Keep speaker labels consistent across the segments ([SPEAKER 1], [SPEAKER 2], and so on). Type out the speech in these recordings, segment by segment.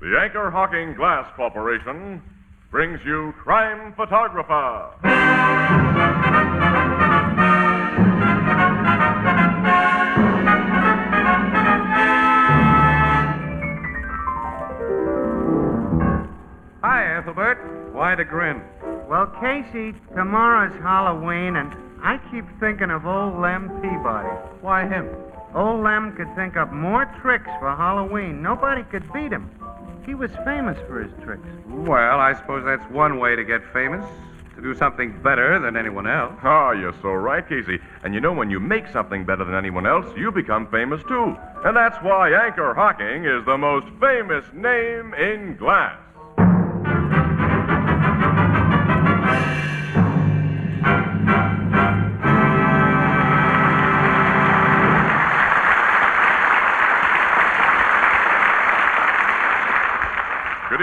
[SPEAKER 1] The Anchor Hawking Glass Corporation brings you Crime Photographer.
[SPEAKER 2] Hi, Ethelbert. Why the grin?
[SPEAKER 3] Well, Casey, tomorrow's Halloween, and I keep thinking of old Lem Peabody.
[SPEAKER 2] Why him?
[SPEAKER 3] Old Lem could think up more tricks for Halloween. Nobody could beat him. He was famous for his tricks.
[SPEAKER 2] Well, I suppose that's one way to get famous. To do something better than anyone else.
[SPEAKER 1] Ah, you're so right, Casey. And you know, when you make something better than anyone else, you become famous too. And that's why Anchor Hawking is the most famous name in glass. Good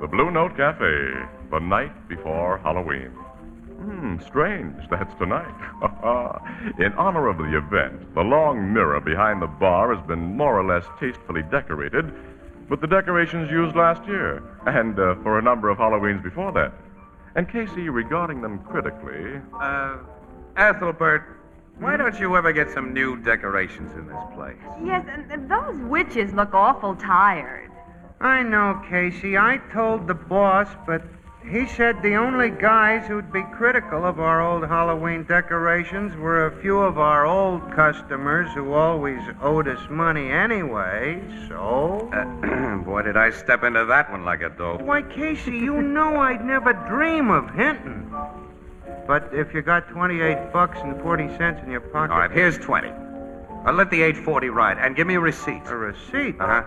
[SPEAKER 1] The Blue Note Cafe, the night before Halloween. Hmm, strange, that's tonight. In honor of the event, the long mirror behind the bar has been more or less tastefully decorated with the decorations used last year and uh, for a number of Halloweens before that. And Casey, regarding them critically,
[SPEAKER 2] Uh, Ethelbert, why don't you ever get some new decorations in this place?
[SPEAKER 4] Yes, and and those witches look awful tired.
[SPEAKER 3] I know, Casey. I told the boss, but he said the only guys who'd be critical of our old Halloween decorations were a few of our old customers who always owed us money anyway, so.
[SPEAKER 2] Uh, Boy, did I step into that one like a dope.
[SPEAKER 3] Why, Casey, you know I'd never dream of hinting. But if you got 28 bucks and 40 cents in your pocket.
[SPEAKER 2] All right, here's 20. I'll let the 840 ride and give me a receipt.
[SPEAKER 3] A receipt?
[SPEAKER 2] Uh-huh.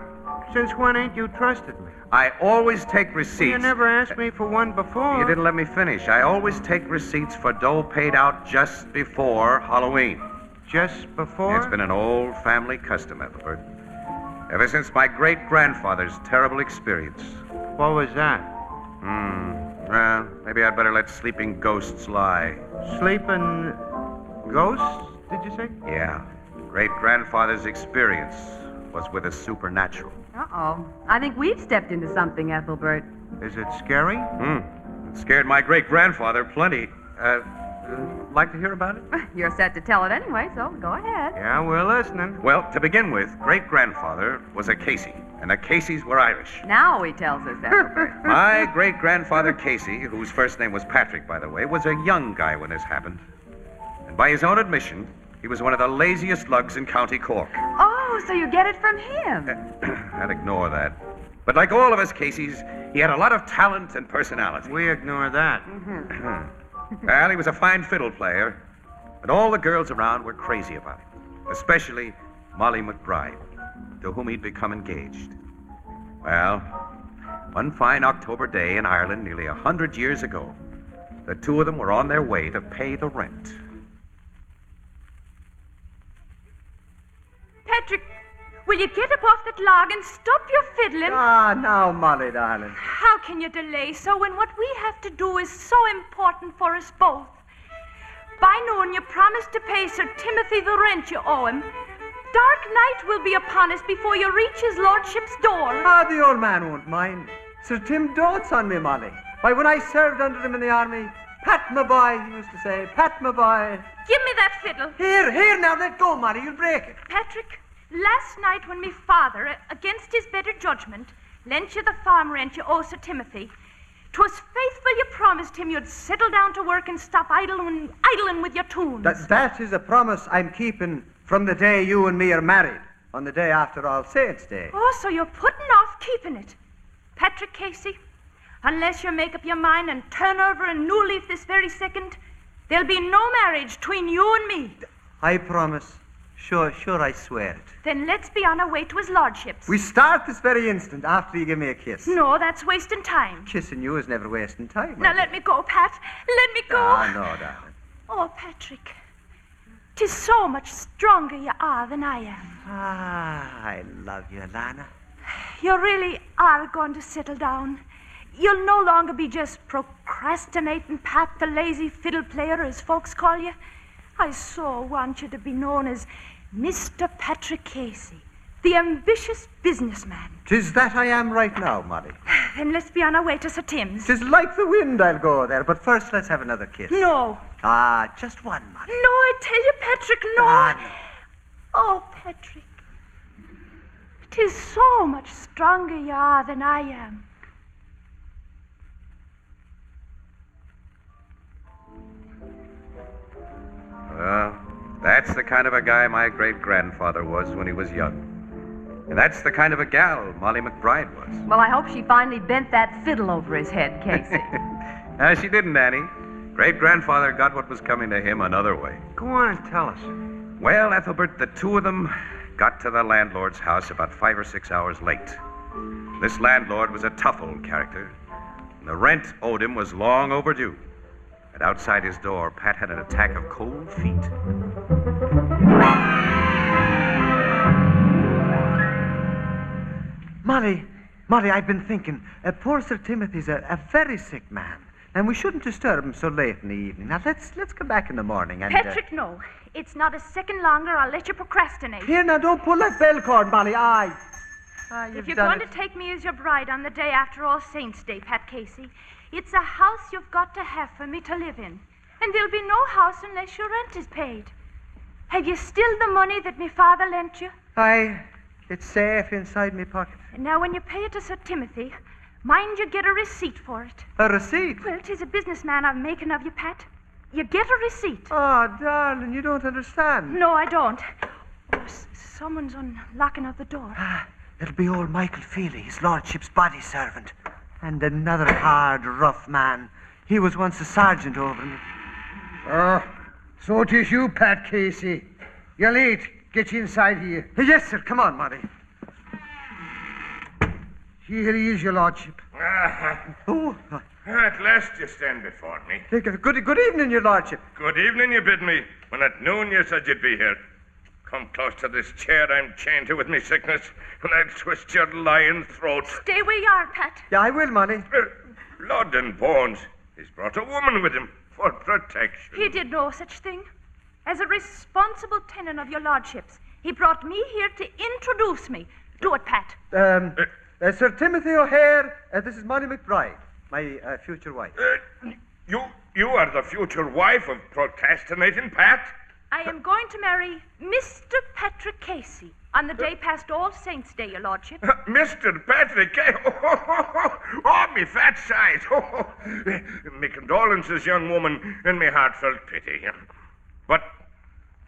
[SPEAKER 3] Since when ain't you trusted me?
[SPEAKER 2] I always take receipts.
[SPEAKER 3] You never asked me for one before.
[SPEAKER 2] You didn't let me finish. I always take receipts for dough paid out just before Halloween.
[SPEAKER 3] Just before?
[SPEAKER 2] It's been an old family custom, Ethelbert. Ever since my great grandfather's terrible experience.
[SPEAKER 3] What was that?
[SPEAKER 2] Hmm. Well, maybe I'd better let sleeping ghosts lie.
[SPEAKER 3] Sleeping ghosts, did you say?
[SPEAKER 2] Yeah. Great grandfather's experience was with a supernatural.
[SPEAKER 4] Uh oh. I think we've stepped into something, Ethelbert.
[SPEAKER 3] Is it scary?
[SPEAKER 2] Hmm. It scared my great grandfather plenty. Uh, uh, like to hear about it?
[SPEAKER 4] You're set to tell it anyway, so go ahead.
[SPEAKER 3] Yeah, we're listening.
[SPEAKER 2] Well, to begin with, great grandfather was a Casey, and the Caseys were Irish.
[SPEAKER 4] Now he tells us, Ethelbert.
[SPEAKER 2] My great grandfather Casey, whose first name was Patrick, by the way, was a young guy when this happened. And by his own admission, he was one of the laziest lugs in County Cork.
[SPEAKER 4] oh, so you get it from him.
[SPEAKER 2] I'd ignore that. But like all of us Caseys, he had a lot of talent and personality.
[SPEAKER 3] We ignore that.
[SPEAKER 2] Hmm. Well, he was a fine fiddle player, but all the girls around were crazy about him, especially Molly McBride, to whom he'd become engaged. Well, one fine October day in Ireland nearly a hundred years ago, the two of them were on their way to pay the rent.
[SPEAKER 4] Patrick, will you get up off that log and stop your fiddling?
[SPEAKER 5] Ah, now, Molly, darling.
[SPEAKER 6] How can you delay so when what we have to do is so important for us both? By noon, you promised to pay Sir Timothy the rent you owe him. Dark night will be upon us before you reach his lordship's door.
[SPEAKER 5] Ah, the old man won't mind. Sir Tim dotes on me, Molly. Why, when I served under him in the army, pat my boy, he used to say, pat my boy.
[SPEAKER 6] Give me that fiddle.
[SPEAKER 5] Here, here now, let go, Molly, you'll break it.
[SPEAKER 6] Patrick, last night when me father, a- against his better judgment, lent you the farm rent you owe Sir Timothy, 'twas faithful you promised him you'd settle down to work and stop idling, idling with your tunes.
[SPEAKER 5] That, that is a promise I'm keeping from the day you and me are married, on the day after All Saints' Day.
[SPEAKER 6] Oh, so you're putting off keeping it. Patrick Casey, unless you make up your mind and turn over a new leaf this very second, there'll be no marriage between you and me.
[SPEAKER 5] I promise. Sure, sure, I swear it.
[SPEAKER 6] Then let's be on our way to his lordship's.
[SPEAKER 5] We start this very instant after you give me a kiss.
[SPEAKER 6] No, that's wasting time.
[SPEAKER 5] Kissing you is never wasting time.
[SPEAKER 6] Now let me go, Pat. Let me go.
[SPEAKER 5] Ah, no, darling.
[SPEAKER 6] Oh, Patrick. Tis so much stronger you are than I am.
[SPEAKER 5] Ah, I love you, Lana.
[SPEAKER 6] You really are going to settle down. You'll no longer be just procrastinating Pat the lazy fiddle player, as folks call you. I so want you to be known as Mr. Patrick Casey, the ambitious businessman.
[SPEAKER 5] Tis that I am right now, Molly.
[SPEAKER 6] Then let's be on our way to Sir Tim's.
[SPEAKER 5] Tis like the wind I'll go there, but first let's have another kiss.
[SPEAKER 6] No,
[SPEAKER 5] Ah, just one, Molly.
[SPEAKER 6] no, I tell you, Patrick, no.
[SPEAKER 5] Ah, no.
[SPEAKER 6] Oh, Patrick. Tis so much stronger you are than I am.
[SPEAKER 2] Well, that's the kind of a guy my great grandfather was when he was young. And that's the kind of a gal Molly McBride was.
[SPEAKER 4] Well, I hope she finally bent that fiddle over his head, Casey.
[SPEAKER 2] now, she didn't, Annie. Great grandfather got what was coming to him another way.
[SPEAKER 7] Go on and tell us.
[SPEAKER 2] Well, Ethelbert, the two of them got to the landlord's house about five or six hours late. This landlord was a tough old character, and the rent owed him was long overdue. And outside his door, Pat had an attack of cold feet.
[SPEAKER 5] Molly, Molly, I've been thinking. Uh, poor Sir Timothy's a, a very sick man, and we shouldn't disturb him so late in the evening. Now let's let's come back in the morning and. uh,
[SPEAKER 6] Patrick, no. It's not a second longer. I'll let you procrastinate.
[SPEAKER 5] here now, don't pull that bell cord, Molly. Aye. Ah, you've
[SPEAKER 6] If you're
[SPEAKER 5] done
[SPEAKER 6] going
[SPEAKER 5] it.
[SPEAKER 6] to take me as your bride on the day after All Saints' Day, Pat Casey, it's a house you've got to have for me to live in. And there'll be no house unless your rent is paid. Have you still the money that me father lent you?
[SPEAKER 5] Aye, it's safe inside me pocket.
[SPEAKER 6] And now, when you pay it to Sir Timothy, mind you get a receipt for it.
[SPEAKER 5] A receipt.
[SPEAKER 6] Well, 'tis a businessman I'm making of you, Pat. You get a receipt.
[SPEAKER 5] Ah, darling, you don't understand.
[SPEAKER 6] No, I don't. Oh, s- someone's unlocking of the door.
[SPEAKER 5] Ah, it'll be old Michael Feely, his lordship's body servant, and another hard, rough man. He was once a sergeant over me.
[SPEAKER 7] Oh, so it is you, Pat Casey. You're late. Get you inside here.
[SPEAKER 5] Yes, sir. Come on, Molly.
[SPEAKER 7] Here he is, your lordship.
[SPEAKER 5] Oh, uh,
[SPEAKER 8] Ah, At last you stand before me.
[SPEAKER 5] good, good evening, your lordship.
[SPEAKER 8] Good evening, you bid me. When at noon you said you'd be here. Come close to this chair I'm chained to with me sickness, and I'll twist your lion throat.
[SPEAKER 6] Stay where you are, Pat.
[SPEAKER 5] Yeah, I will, Molly.
[SPEAKER 8] Uh, Blood and bones. He's brought a woman with him for protection.
[SPEAKER 6] He did no such thing. As a responsible tenant of your lordships, he brought me here to introduce me. Do it, Pat.
[SPEAKER 5] Um, uh, Sir Timothy O'Hare, uh, this is Molly McBride, my uh, future wife.
[SPEAKER 8] Uh, you, you are the future wife of procrastinating Pat?
[SPEAKER 6] I am going to marry Mr. Patrick Casey on the day past All Saints' Day, your lordship.
[SPEAKER 8] Mr. Patrick, eh? oh, oh, oh, oh, oh, me fat size. Oh, oh. Me condolences, young woman, and me heartfelt pity. But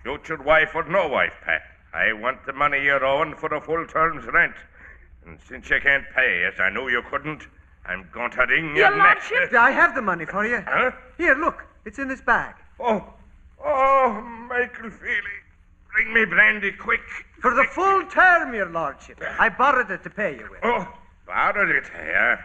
[SPEAKER 8] future wife or no wife, Pat, I want the money you're owing for a full term's rent. And since you can't pay, as I know you couldn't, I'm going to wring your,
[SPEAKER 6] Your
[SPEAKER 8] neck.
[SPEAKER 6] lordship.
[SPEAKER 5] Yeah, I have the money for you.
[SPEAKER 8] Huh?
[SPEAKER 5] Here, look. It's in this bag.
[SPEAKER 8] Oh, oh, Michael Feely, bring me brandy quick.
[SPEAKER 5] For the full term, your lordship. I borrowed it to pay you with.
[SPEAKER 8] Oh, borrowed it, yeah.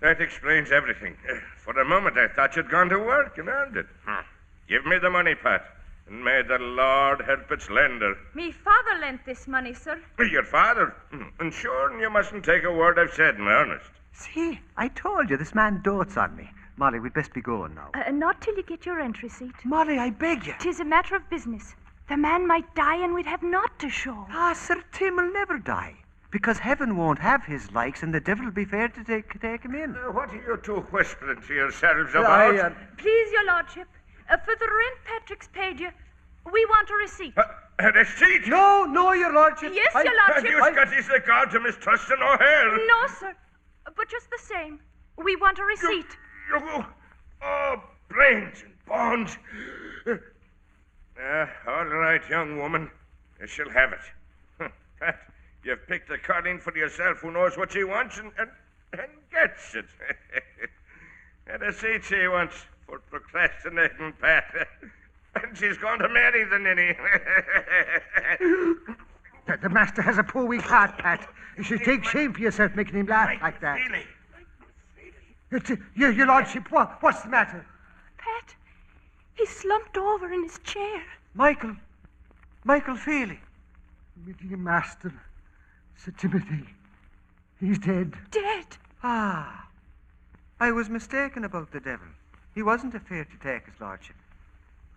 [SPEAKER 8] That explains everything. Uh, For a moment, I thought you'd gone to work and earned it. Hmm. Give me the money, Pat, and may the Lord help its lender.
[SPEAKER 6] Me father lent this money, sir.
[SPEAKER 8] Your father, hmm, and sure, you mustn't take a word I've said in earnest.
[SPEAKER 5] See, I told you, this man dotes on me. Molly, we'd best be going now.
[SPEAKER 6] Uh, not till you get your rent receipt.
[SPEAKER 5] Molly, I beg you.
[SPEAKER 6] Tis a matter of business. The man might die, and we'd have naught to show.
[SPEAKER 5] Ah, Sir Tim will never die. Because heaven won't have his likes, and the devil will be fair to take, take him in.
[SPEAKER 8] Uh, What are you two whispering to yourselves
[SPEAKER 5] Yeah,
[SPEAKER 8] about?
[SPEAKER 5] I, uh,
[SPEAKER 6] Please, your lordship, uh, for the rent Patrick's paid you, we want a receipt.
[SPEAKER 8] Uh, a receipt?
[SPEAKER 5] No, no, your lordship.
[SPEAKER 6] Yes,
[SPEAKER 5] I-
[SPEAKER 6] your
[SPEAKER 8] Have
[SPEAKER 6] lordship.
[SPEAKER 8] you got his regard to mistrusting O'Hare?
[SPEAKER 6] No, sir. uh, But just the same, we want a receipt.
[SPEAKER 8] You, oh, brains and bones. Uh, all right, young woman. You shall have it. Huh, Pat, you've picked a Colleen for yourself who knows what she wants and, and, and gets it. and a seat she wants for procrastinating, Pat. and
[SPEAKER 9] She's gone to marry the ninny.
[SPEAKER 7] The, the master has a poor weak heart, Pat. You should take shame for yourself making him laugh like that.
[SPEAKER 9] Really?
[SPEAKER 7] It's, uh, your, your lordship, what, what's the matter?
[SPEAKER 6] Pat, he slumped over in his chair.
[SPEAKER 5] Michael. Michael Feely.
[SPEAKER 7] My dear master, Sir Timothy, he's dead.
[SPEAKER 6] Dead.
[SPEAKER 5] Ah. I was mistaken about the devil. He wasn't afraid to take his lordship.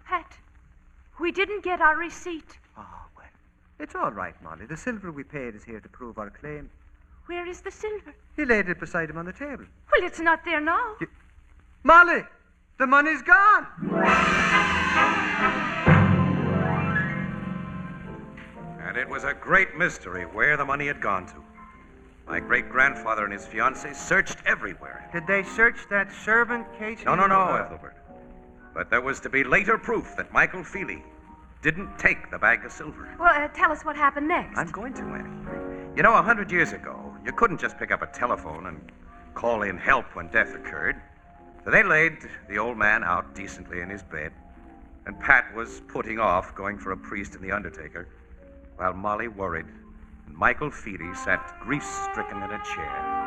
[SPEAKER 6] Pat, we didn't get our receipt.
[SPEAKER 5] Oh, well. It's all right, Molly. The silver we paid is here to prove our claim.
[SPEAKER 6] Where is the silver?
[SPEAKER 5] He laid it beside him on the table.
[SPEAKER 6] Well, it's not there now.
[SPEAKER 5] You- Molly! The money's gone!
[SPEAKER 2] And it was a great mystery where the money had gone to. My great grandfather and his fiancée searched everywhere.
[SPEAKER 3] Did they search that servant, Casey?
[SPEAKER 2] No, no, no,
[SPEAKER 3] Uh,
[SPEAKER 2] Ethelbert. But there was to be later proof that Michael Feely didn't take the bag of silver.
[SPEAKER 10] Well, uh, tell us what happened next.
[SPEAKER 2] I'm going to, Annie. You know, a hundred years ago, you couldn't just pick up a telephone and call in help when death occurred. So they laid the old man out decently in his bed, and Pat was putting off going for a priest and the undertaker, while Molly worried, and Michael Feely sat grief stricken in a chair.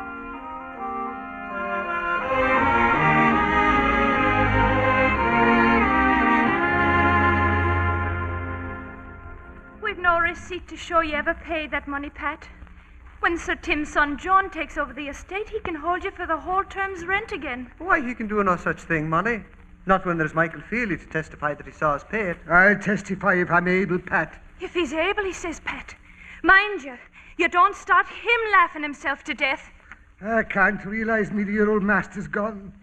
[SPEAKER 6] We've no receipt to show you ever paid that money, Pat. When Sir Tim's son John takes over the estate, he can hold you for the whole term's rent again.
[SPEAKER 5] Why, he can do no such thing, Molly. Not when there's Michael Feely to testify that he saw us pay it.
[SPEAKER 7] I'll testify if I'm able, Pat.
[SPEAKER 6] If he's able, he says, Pat. Mind you, you don't start him laughing himself to death.
[SPEAKER 7] I can't realize me dear old master's gone.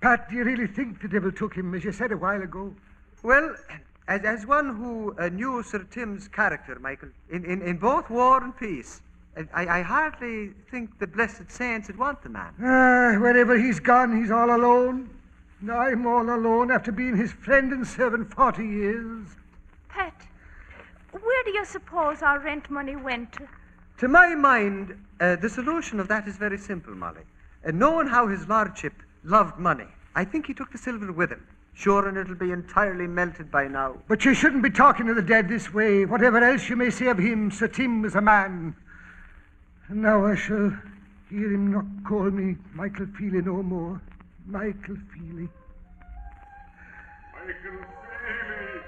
[SPEAKER 7] Pat, do you really think the devil took him, as you said a while ago?
[SPEAKER 5] Well, as, as one who uh, knew Sir Tim's character, Michael, in, in, in both war and peace, I, I hardly think the blessed saints would want the man.
[SPEAKER 7] Ah, wherever he's gone, he's all alone. And I'm all alone after being his friend and servant 40 years.
[SPEAKER 6] Pat, where do you suppose our rent money went to?
[SPEAKER 5] To my mind, uh, the solution of that is very simple, Molly. Uh, knowing how his lordship loved money, I think he took the silver with him. Sure, and it'll be entirely melted by now.
[SPEAKER 7] But you shouldn't be talking to the dead this way. Whatever else you may say of him, Sir Tim was a man. And now I shall hear him not call me Michael Feely no more. Michael Feely.
[SPEAKER 1] Michael Feely!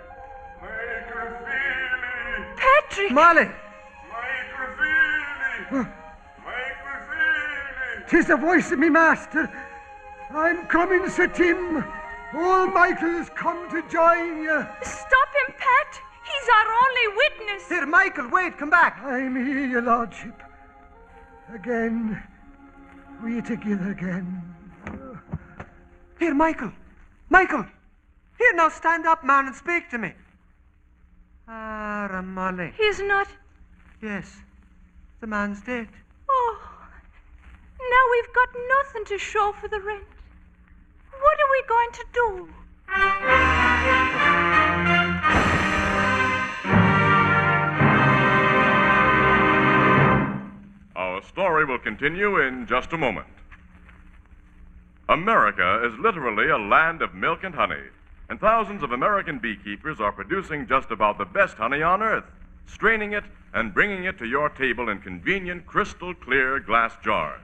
[SPEAKER 1] Michael Feely!
[SPEAKER 6] Patrick!
[SPEAKER 5] Molly!
[SPEAKER 1] Michael Feely! Michael Feely!
[SPEAKER 7] Tis the voice of me master. I'm coming, Sir Tim. Old Michael's come to join you.
[SPEAKER 6] Stop him, Pat! He's our only witness!
[SPEAKER 5] Here, Michael, wait, come back.
[SPEAKER 7] I'm here, your lordship. Again. We together again.
[SPEAKER 5] Here, Michael. Michael! Here, now stand up, man, and speak to me. Ah, Molly.
[SPEAKER 6] He's not.
[SPEAKER 5] Yes, the man's dead.
[SPEAKER 6] Oh, now we've got nothing to show for the rent. What are we going to do?
[SPEAKER 1] Our story will continue in just a moment. America is literally a land of milk and honey, and thousands of American beekeepers are producing just about the best honey on earth, straining it and bringing it to your table in convenient crystal clear glass jars.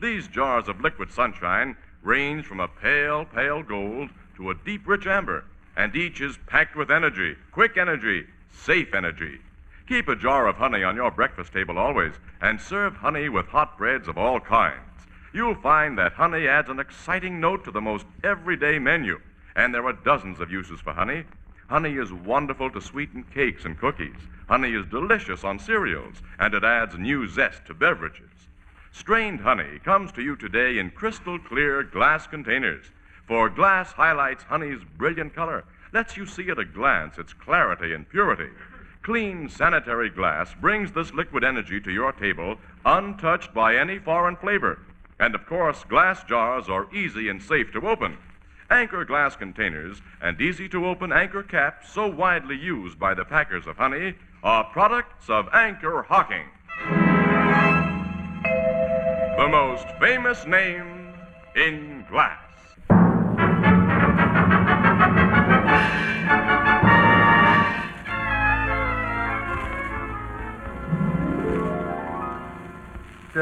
[SPEAKER 1] These jars of liquid sunshine range from a pale, pale gold to a deep, rich amber, and each is packed with energy, quick energy, safe energy. Keep a jar of honey on your breakfast table always, and serve honey with hot breads of all kinds. You'll find that honey adds an exciting note to the most everyday menu, and there are dozens of uses for honey. Honey is wonderful to sweeten cakes and cookies. Honey is delicious on cereals, and it adds new zest to beverages. Strained honey comes to you today in crystal clear glass containers, for glass highlights honey's brilliant color, lets you see at a glance its clarity and purity. Clean, sanitary glass brings this liquid energy to your table untouched by any foreign flavor. And of course, glass jars are easy and safe to open. Anchor glass containers and easy to open anchor caps, so widely used by the packers of honey, are products of anchor hawking. The most famous name in glass.
[SPEAKER 3] uh,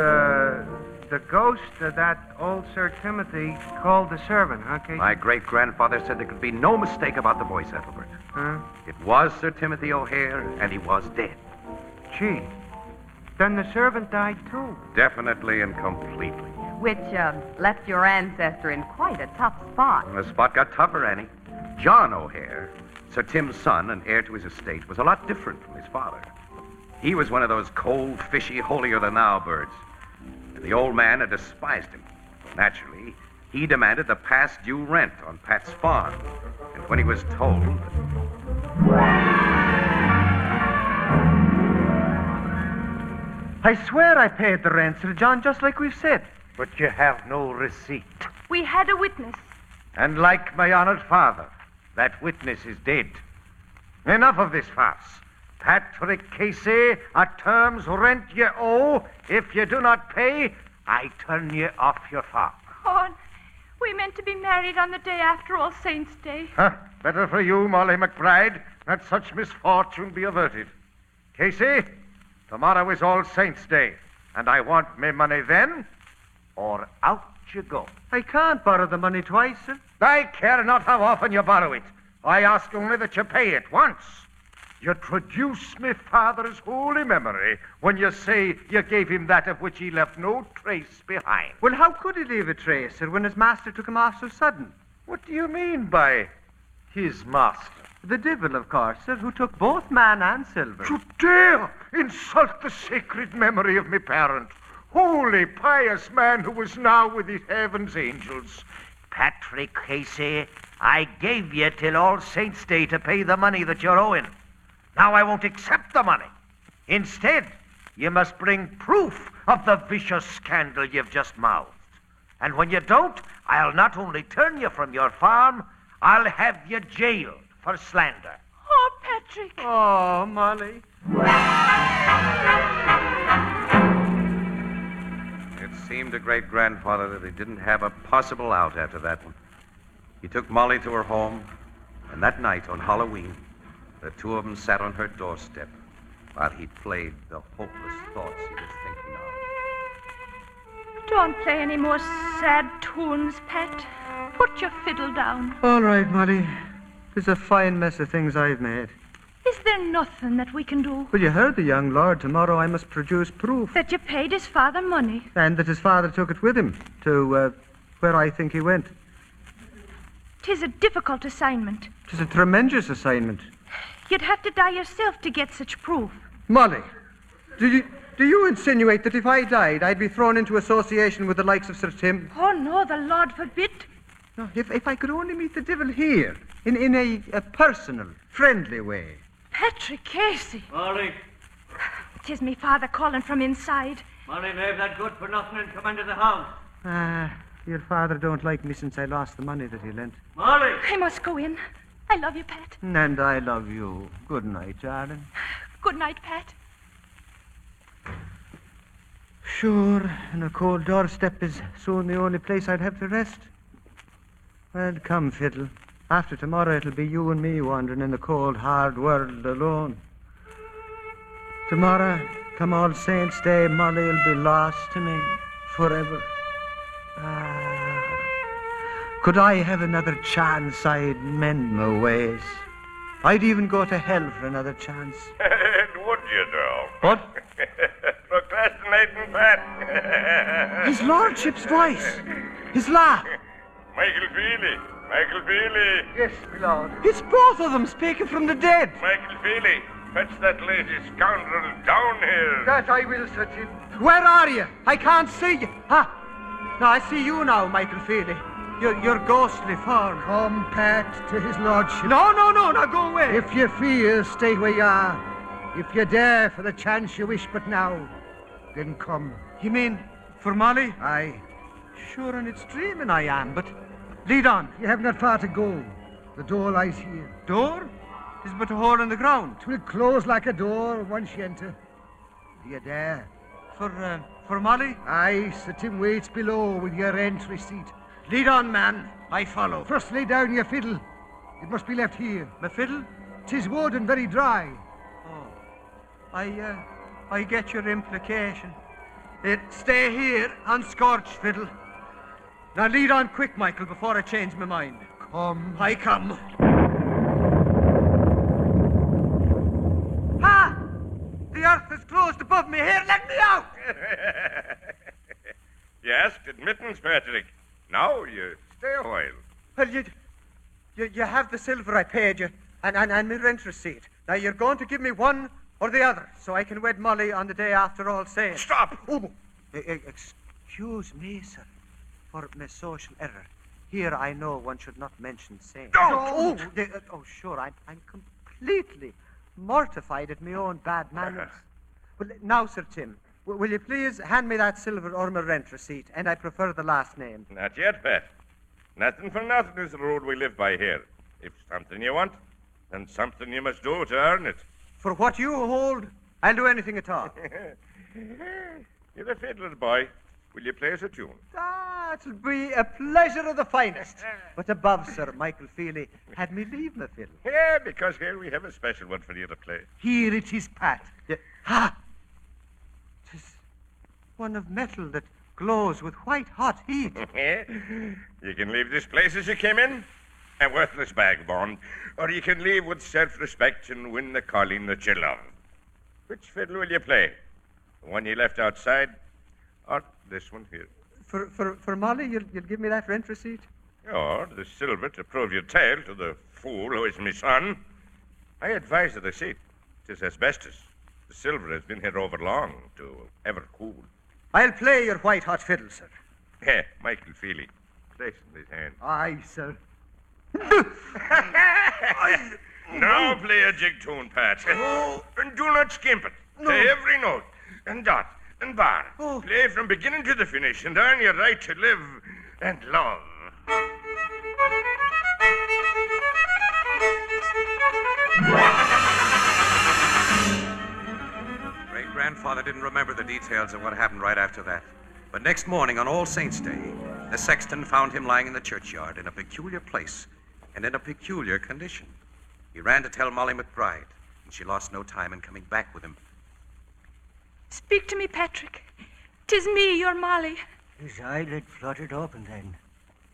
[SPEAKER 3] the ghost of that old Sir Timothy called the servant, huh, Casey?
[SPEAKER 2] My great grandfather said there could be no mistake about the voice, Ethelbert.
[SPEAKER 3] Huh?
[SPEAKER 2] It was Sir Timothy O'Hare, and he was dead.
[SPEAKER 3] Gee. Then the servant died, too.
[SPEAKER 2] Definitely and completely.
[SPEAKER 10] Which uh, left your ancestor in quite a tough spot.
[SPEAKER 2] And the spot got tougher, Annie. John O'Hare, Sir Tim's son and heir to his estate, was a lot different from his father. He was one of those cold, fishy, holier than thou birds. And the old man had despised him. Naturally, he demanded the past due rent on Pat's farm. And when he was told.
[SPEAKER 5] I swear I paid the rent, Sir John, just like we've said.
[SPEAKER 9] But you have no receipt.
[SPEAKER 6] We had a witness.
[SPEAKER 9] And like my honored father, that witness is dead. Enough of this farce. Patrick Casey, a term's rent you owe. If you do not pay, I turn you off your farm.
[SPEAKER 6] Oh, and we meant to be married on the day after All Saints' Day.
[SPEAKER 9] Huh, better for you, Molly McBride, that such misfortune be averted. Casey, tomorrow is All Saints' Day, and I want me money then, or out you go.
[SPEAKER 5] I can't borrow the money twice, sir.
[SPEAKER 9] I care not how often you borrow it. I ask only that you pay it once. You traduce me father's holy memory when you say you gave him that of which he left no trace behind.
[SPEAKER 5] Well, how could he leave a trace, sir, when his master took him off so sudden?
[SPEAKER 9] What do you mean by his master?
[SPEAKER 5] The devil, of course, sir, who took both man and silver.
[SPEAKER 9] You dare insult the sacred memory of my parent, holy, pious man who was now with his heaven's angels.
[SPEAKER 11] Patrick Casey, I gave you till All Saints' Day to pay the money that you're owing. Now I won't accept the money. Instead, you must bring proof of the vicious scandal you've just mouthed. And when you don't, I'll not only turn you from your farm, I'll have you jailed for slander.
[SPEAKER 6] Oh, Patrick.
[SPEAKER 5] Oh, Molly.
[SPEAKER 2] It seemed to great grandfather that he didn't have a possible out after that one. He took Molly to her home, and that night on Halloween, the two of them sat on her doorstep while he played the hopeless thoughts he was thinking of.
[SPEAKER 6] Don't play any more sad tunes, Pat. Put your fiddle down.
[SPEAKER 5] All right, Molly. This is a fine mess of things I've made.
[SPEAKER 6] Is there nothing that we can do?
[SPEAKER 5] Well, you heard the young lord. Tomorrow I must produce proof.
[SPEAKER 6] That you paid his father money.
[SPEAKER 5] And that his father took it with him to uh, where I think he went.
[SPEAKER 6] Tis a difficult assignment.
[SPEAKER 5] Tis a tremendous assignment.
[SPEAKER 6] You'd have to die yourself to get such proof.
[SPEAKER 5] Molly, do you, do you insinuate that if I died, I'd be thrown into association with the likes of Sir Tim?
[SPEAKER 6] Oh, no, the Lord forbid.
[SPEAKER 5] No, if, if I could only meet the devil here, in, in a, a personal, friendly way.
[SPEAKER 6] Patrick Casey.
[SPEAKER 12] Molly.
[SPEAKER 6] Tis me father calling from inside.
[SPEAKER 12] Molly, leave that good for nothing and come into the house.
[SPEAKER 5] Ah, your father don't like me since I lost the money that he lent.
[SPEAKER 12] Molly!
[SPEAKER 6] I must go in. I love you, Pat.
[SPEAKER 5] And I love you. Good night, darling.
[SPEAKER 6] Good night, Pat.
[SPEAKER 5] Sure, and a cold doorstep is soon the only place I'd have to rest. Well, come, fiddle. After tomorrow, it'll be you and me wandering in the cold, hard world alone. Tomorrow, come All Saints' Day, Molly will be lost to me forever. Ah. Could I have another chance, I'd mend my ways. I'd even go to hell for another chance.
[SPEAKER 8] and would you, now?
[SPEAKER 5] What?
[SPEAKER 8] Procrastinating Pat.
[SPEAKER 5] His lordship's voice. His laugh.
[SPEAKER 8] Michael Feely. Michael Feely.
[SPEAKER 7] Yes, my lord.
[SPEAKER 5] It's both of them speaking from the dead.
[SPEAKER 8] Michael Feely. Fetch that lazy scoundrel down here.
[SPEAKER 7] That I will, Sir Tim.
[SPEAKER 5] Where are you? I can't see you. Ah, no, I see you now, Michael Feely. Your, your ghostly form.
[SPEAKER 7] Come, Pat, to his lordship.
[SPEAKER 5] No, no, no, now go away.
[SPEAKER 7] If you fear, stay where you are. If you dare for the chance you wish but now, then come.
[SPEAKER 5] You mean for Molly?
[SPEAKER 7] Aye.
[SPEAKER 5] Sure, and it's dreaming I am, but lead on.
[SPEAKER 7] You have not far to go. The door lies here.
[SPEAKER 5] Door? Is but a hole in the ground.
[SPEAKER 7] It will close like a door once you enter. Do you dare?
[SPEAKER 5] For, uh, for Molly?
[SPEAKER 7] Aye, Sir Tim waits below with your rent receipt.
[SPEAKER 5] Lead on, man. I follow.
[SPEAKER 7] First, lay down your fiddle. It must be left here.
[SPEAKER 5] My fiddle?
[SPEAKER 7] Tis wood and very dry.
[SPEAKER 5] Oh. I, uh, I get your implication.
[SPEAKER 13] It stay here, unscorched, Fiddle. Now lead on quick, Michael, before I change my mind.
[SPEAKER 14] Come.
[SPEAKER 13] I come.
[SPEAKER 7] Ha! The earth is closed above me. Here, let me out!
[SPEAKER 8] You asked admittance, Patrick. Now you stay a while.
[SPEAKER 13] Well, you, you, you have the silver I paid you, and, and, and my rent receipt. Now you're going to give me one or the other, so I can wed Molly on the day after all sales.
[SPEAKER 7] Stop!
[SPEAKER 13] Oh, e- e- excuse me, sir, for my social error. Here I know one should not mention sales.
[SPEAKER 7] Don't!
[SPEAKER 13] Oh, the- uh, oh sure, I'm, I'm completely mortified at my own bad manners. well, now, Sir Tim, w- will you please hand me that silver or my rent receipt, and I prefer the last name.
[SPEAKER 8] Not yet, Pat. Nothing for nothing is the rule we live by here. If something you want, then something you must do to earn it.
[SPEAKER 13] For what you hold, I'll do anything at all.
[SPEAKER 8] You're a fiddler, boy. Will you play us a tune?
[SPEAKER 13] ah, it'll be a pleasure of the finest. But above, sir, Michael Feely had me leave my fiddle.
[SPEAKER 8] Yeah, because here we have a special one for you to play.
[SPEAKER 13] Here it is, Pat. Ha! Tis one of metal that glows with white hot heat.
[SPEAKER 8] you can leave this place as you came in, a worthless vagabond, or you can leave with self-respect and win the calling that you love. Which fiddle will you play? The one you left outside, or this one here?
[SPEAKER 13] For, for, for Molly, you'll, you'll give me that rent receipt?
[SPEAKER 8] Or the silver to prove your tale to the fool who is my son. I advise the receipt. Tis asbestos. The silver has been here over long to ever cool.
[SPEAKER 13] I'll play your white hot fiddle, sir.
[SPEAKER 8] Yeah, Michael Feely. Place in his hand.
[SPEAKER 13] Aye, sir.
[SPEAKER 8] Now play a jig tune, Pat. And do not skimp it. Play every note, and dot, and bar. Play from beginning to the finish, and earn your right to live and love.
[SPEAKER 2] Great grandfather didn't remember the details of what happened right after that. But next morning, on All Saints' Day, the sexton found him lying in the churchyard in a peculiar place and in a peculiar condition. He ran to tell Molly McBride, and she lost no time in coming back with him.
[SPEAKER 6] Speak to me, Patrick. Tis me, your Molly.
[SPEAKER 15] His eyelid fluttered open then.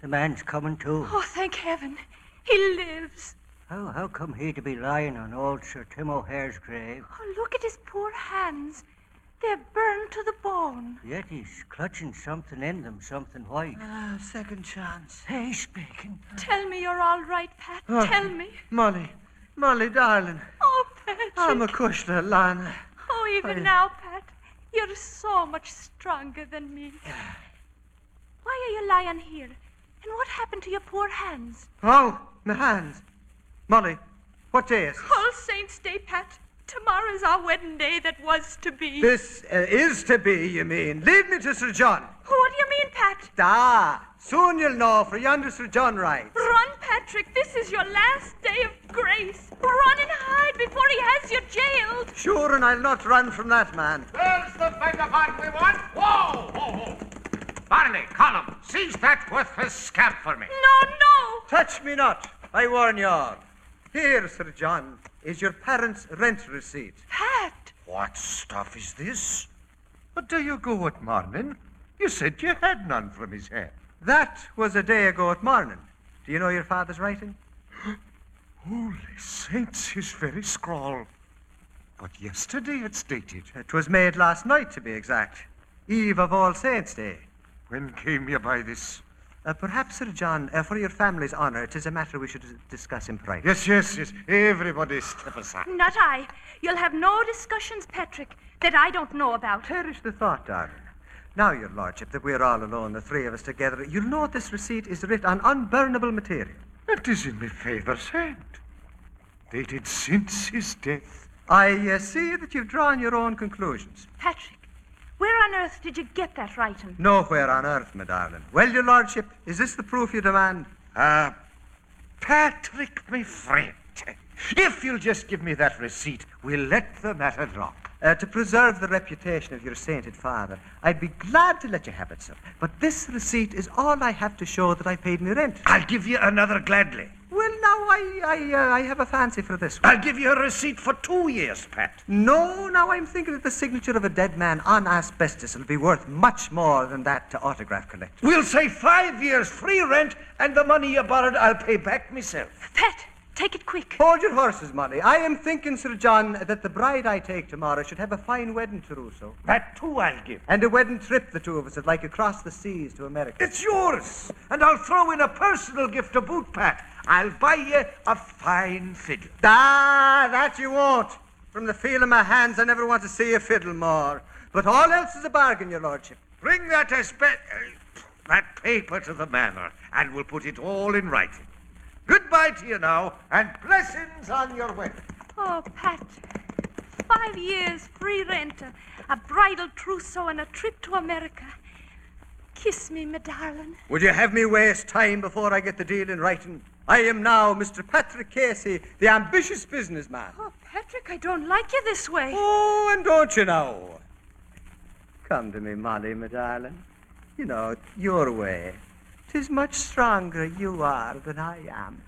[SPEAKER 15] The man's coming to.
[SPEAKER 6] Oh, thank heaven. He lives.
[SPEAKER 15] How, how come he to be lying on old Sir Tim O'Hare's grave?
[SPEAKER 6] Oh, look at his poor hands. They're burned to the bone.
[SPEAKER 15] Yet he's clutching something in them, something white.
[SPEAKER 6] Ah, second chance.
[SPEAKER 15] Hey, speaking.
[SPEAKER 6] Tell me you're all right, Pat.
[SPEAKER 15] Oh.
[SPEAKER 6] Tell me.
[SPEAKER 5] Molly, Molly, darling.
[SPEAKER 6] Oh, Patrick.
[SPEAKER 5] I'm a cushla, Lana.
[SPEAKER 6] Oh, even
[SPEAKER 5] I-
[SPEAKER 6] now, Pat, you're so much stronger than me. Why are you lying here? And what happened to your poor hands?
[SPEAKER 5] Oh, my hands. Molly, what day is it?
[SPEAKER 6] All Saints' Day, Pat. Tomorrow's our wedding day that was to be.
[SPEAKER 5] This uh, is to be, you mean. Leave me to Sir John.
[SPEAKER 6] What do you mean, Pat?
[SPEAKER 5] Ah, soon you'll know, for yonder Sir John rides.
[SPEAKER 6] Run, Patrick. This is your last day of grace. Run and hide before he has you jailed.
[SPEAKER 5] Sure, and I'll not run from that man.
[SPEAKER 9] There's the fighter part we want. Whoa, whoa, whoa. Barney, Column, seize that worthless scamp for me.
[SPEAKER 6] No, no.
[SPEAKER 5] Touch me not, I warn you all. Here, Sir John, is your parents' rent receipt.
[SPEAKER 6] Pat!
[SPEAKER 9] What stuff is this? But do you go at morning? You said you had none from his hand.
[SPEAKER 5] That was a day ago at morning. Do you know your father's writing?
[SPEAKER 9] Holy saints, his very scrawl. But yesterday it's dated.
[SPEAKER 5] It was made last night, to be exact. Eve of All Saints' Day.
[SPEAKER 9] When came you by this?
[SPEAKER 5] Uh, perhaps, Sir John, uh, for your family's honor, it is a matter we should discuss in private.
[SPEAKER 9] Yes, yes, yes. Everybody step aside.
[SPEAKER 6] Not I. You'll have no discussions, Patrick, that I don't know about.
[SPEAKER 5] Perish the thought, darling. Now, your lordship, that we're all alone, the three of us together, you'll know this receipt is writ on unburnable material.
[SPEAKER 9] It is in my favour's hand. Dated since his death.
[SPEAKER 5] I uh, see that you've drawn your own conclusions.
[SPEAKER 6] Patrick, where on earth did you get that writing?
[SPEAKER 5] Nowhere on earth, my darling. Well, your lordship, is this the proof you demand?
[SPEAKER 9] Ah, Patrick, my friend. If you'll just give me that receipt, we'll let the matter drop.
[SPEAKER 5] Uh, to preserve the reputation of your sainted father, I'd be glad to let you have it, sir. But this receipt is all I have to show that I paid my rent.
[SPEAKER 9] I'll give you another gladly.
[SPEAKER 5] Well, now I, I, uh, I have a fancy for this one.
[SPEAKER 9] I'll give you a receipt for two years, Pat.
[SPEAKER 5] No, now I'm thinking that the signature of a dead man on asbestos will be worth much more than that to autograph collectors.
[SPEAKER 9] We'll say five years free rent, and the money you borrowed I'll pay back myself.
[SPEAKER 5] Pat, take it quick. Hold your horses, Molly. I am thinking, Sir John, that the bride I take tomorrow should have a fine wedding to Russo.
[SPEAKER 9] That too I'll give.
[SPEAKER 5] And a wedding trip the two of us would like across the seas to America.
[SPEAKER 9] It's yours, and I'll throw in a personal gift to boot, Pat. I'll buy you a fine fiddle.
[SPEAKER 5] Ah, that you won't. From the feel of my hands, I never want to see a fiddle more. But all else is a bargain, your lordship.
[SPEAKER 9] Bring that aspe- uh, that paper to the manor, and we'll put it all in writing. Goodbye to you now, and blessings on your way.
[SPEAKER 6] Oh, Pat. Five years free rent, a, a bridal trousseau, and a trip to America. Kiss me, my darling.
[SPEAKER 5] Would you have me waste time before I get the deal in writing? I am now Mr. Patrick Casey, the ambitious businessman.
[SPEAKER 6] Oh, Patrick, I don't like you this way.
[SPEAKER 5] Oh, and don't you know? Come to me, Molly, my darling. You know, your way. Tis much stronger you are than I am.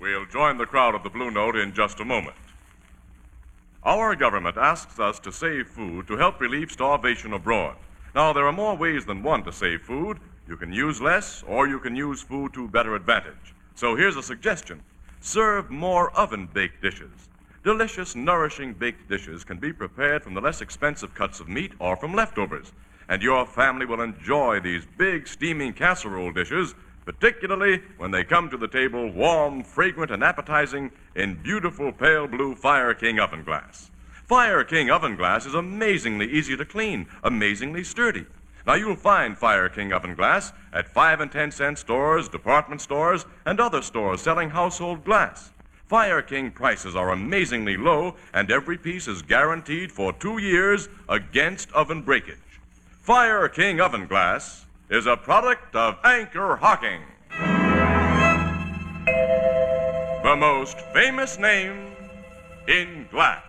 [SPEAKER 1] We'll join the crowd at the Blue Note in just a moment. Our government asks us to save food to help relieve starvation abroad. Now, there are more ways than one to save food. You can use less, or you can use food to better advantage. So here's a suggestion serve more oven baked dishes. Delicious, nourishing baked dishes can be prepared from the less expensive cuts of meat or from leftovers. And your family will enjoy these big, steaming casserole dishes, particularly when they come to the table warm, fragrant, and appetizing in beautiful pale blue Fire King oven glass. Fire King oven glass is amazingly easy to clean, amazingly sturdy. Now you'll find Fire King oven glass at 5 and 10 cent stores, department stores, and other stores selling household glass. Fire King prices are amazingly low, and every piece is guaranteed for two years against oven breakage. Fire King oven glass is a product of Anchor Hocking, the most famous name in glass.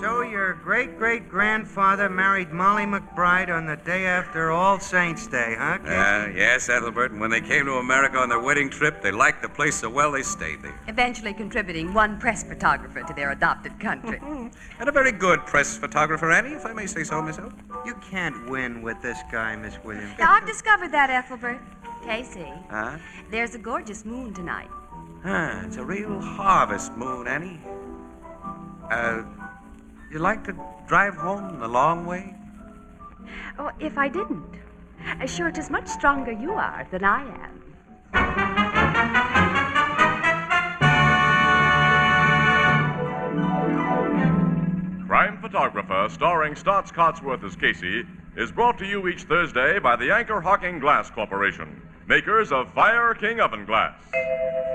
[SPEAKER 3] So your great great grandfather married Molly McBride on the day after All Saints' Day, huh? Kid?
[SPEAKER 2] Uh, yes, Ethelbert. And when they came to America on their wedding trip, they liked the place so well they stayed there.
[SPEAKER 16] Eventually contributing one press photographer to their adopted country.
[SPEAKER 2] And a very good press photographer, Annie, if I may say so myself.
[SPEAKER 3] You can't win with this guy, Miss Williams.
[SPEAKER 4] Now, I've discovered that, Ethelbert. Casey,
[SPEAKER 2] Huh?
[SPEAKER 4] there's a gorgeous moon tonight.
[SPEAKER 2] Huh, Ah, it's a real harvest moon, Annie. Uh, you like to drive home the long way?
[SPEAKER 4] Oh, if I didn't. Uh, Sure, it is much stronger you are than I am.
[SPEAKER 1] Crime Photographer, starring Stotts Cotsworth as Casey, is brought to you each Thursday by the Anchor Hocking Glass Corporation, makers of Fire King oven glass,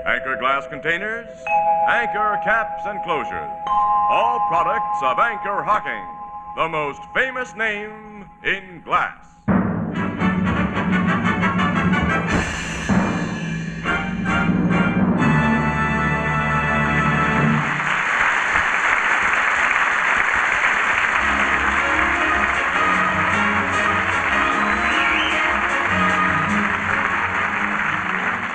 [SPEAKER 1] Anchor glass containers, Anchor caps and closures. All products of Anchor Hocking, the most famous name in glass.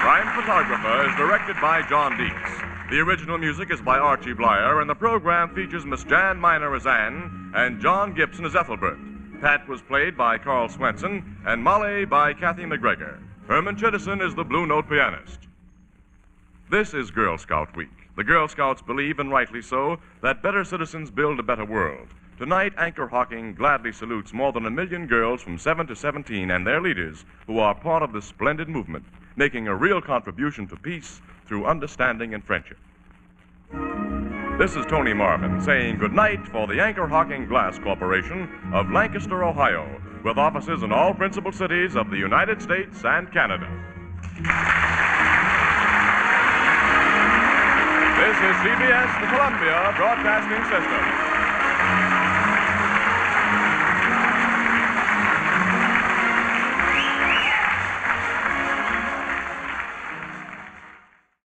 [SPEAKER 1] Crime Photographer is directed by John Deeks. The original music is by Archie Blyer, and the program features Miss Jan Minor as Anne and John Gibson as Ethelbert. Pat was played by Carl Swenson and Molly by Kathy McGregor. Herman Chittison is the Blue Note pianist. This is Girl Scout Week. The Girl Scouts believe, and rightly so, that better citizens build a better world. Tonight, Anchor Hawking gladly salutes more than a million girls from 7 to 17 and their leaders who are part of this splendid movement, making a real contribution to peace through understanding and friendship. This is Tony Marvin saying goodnight for the Anchor Hawking Glass Corporation of Lancaster, Ohio, with offices in all principal cities of the United States and Canada. This is CBS, the Columbia Broadcasting System.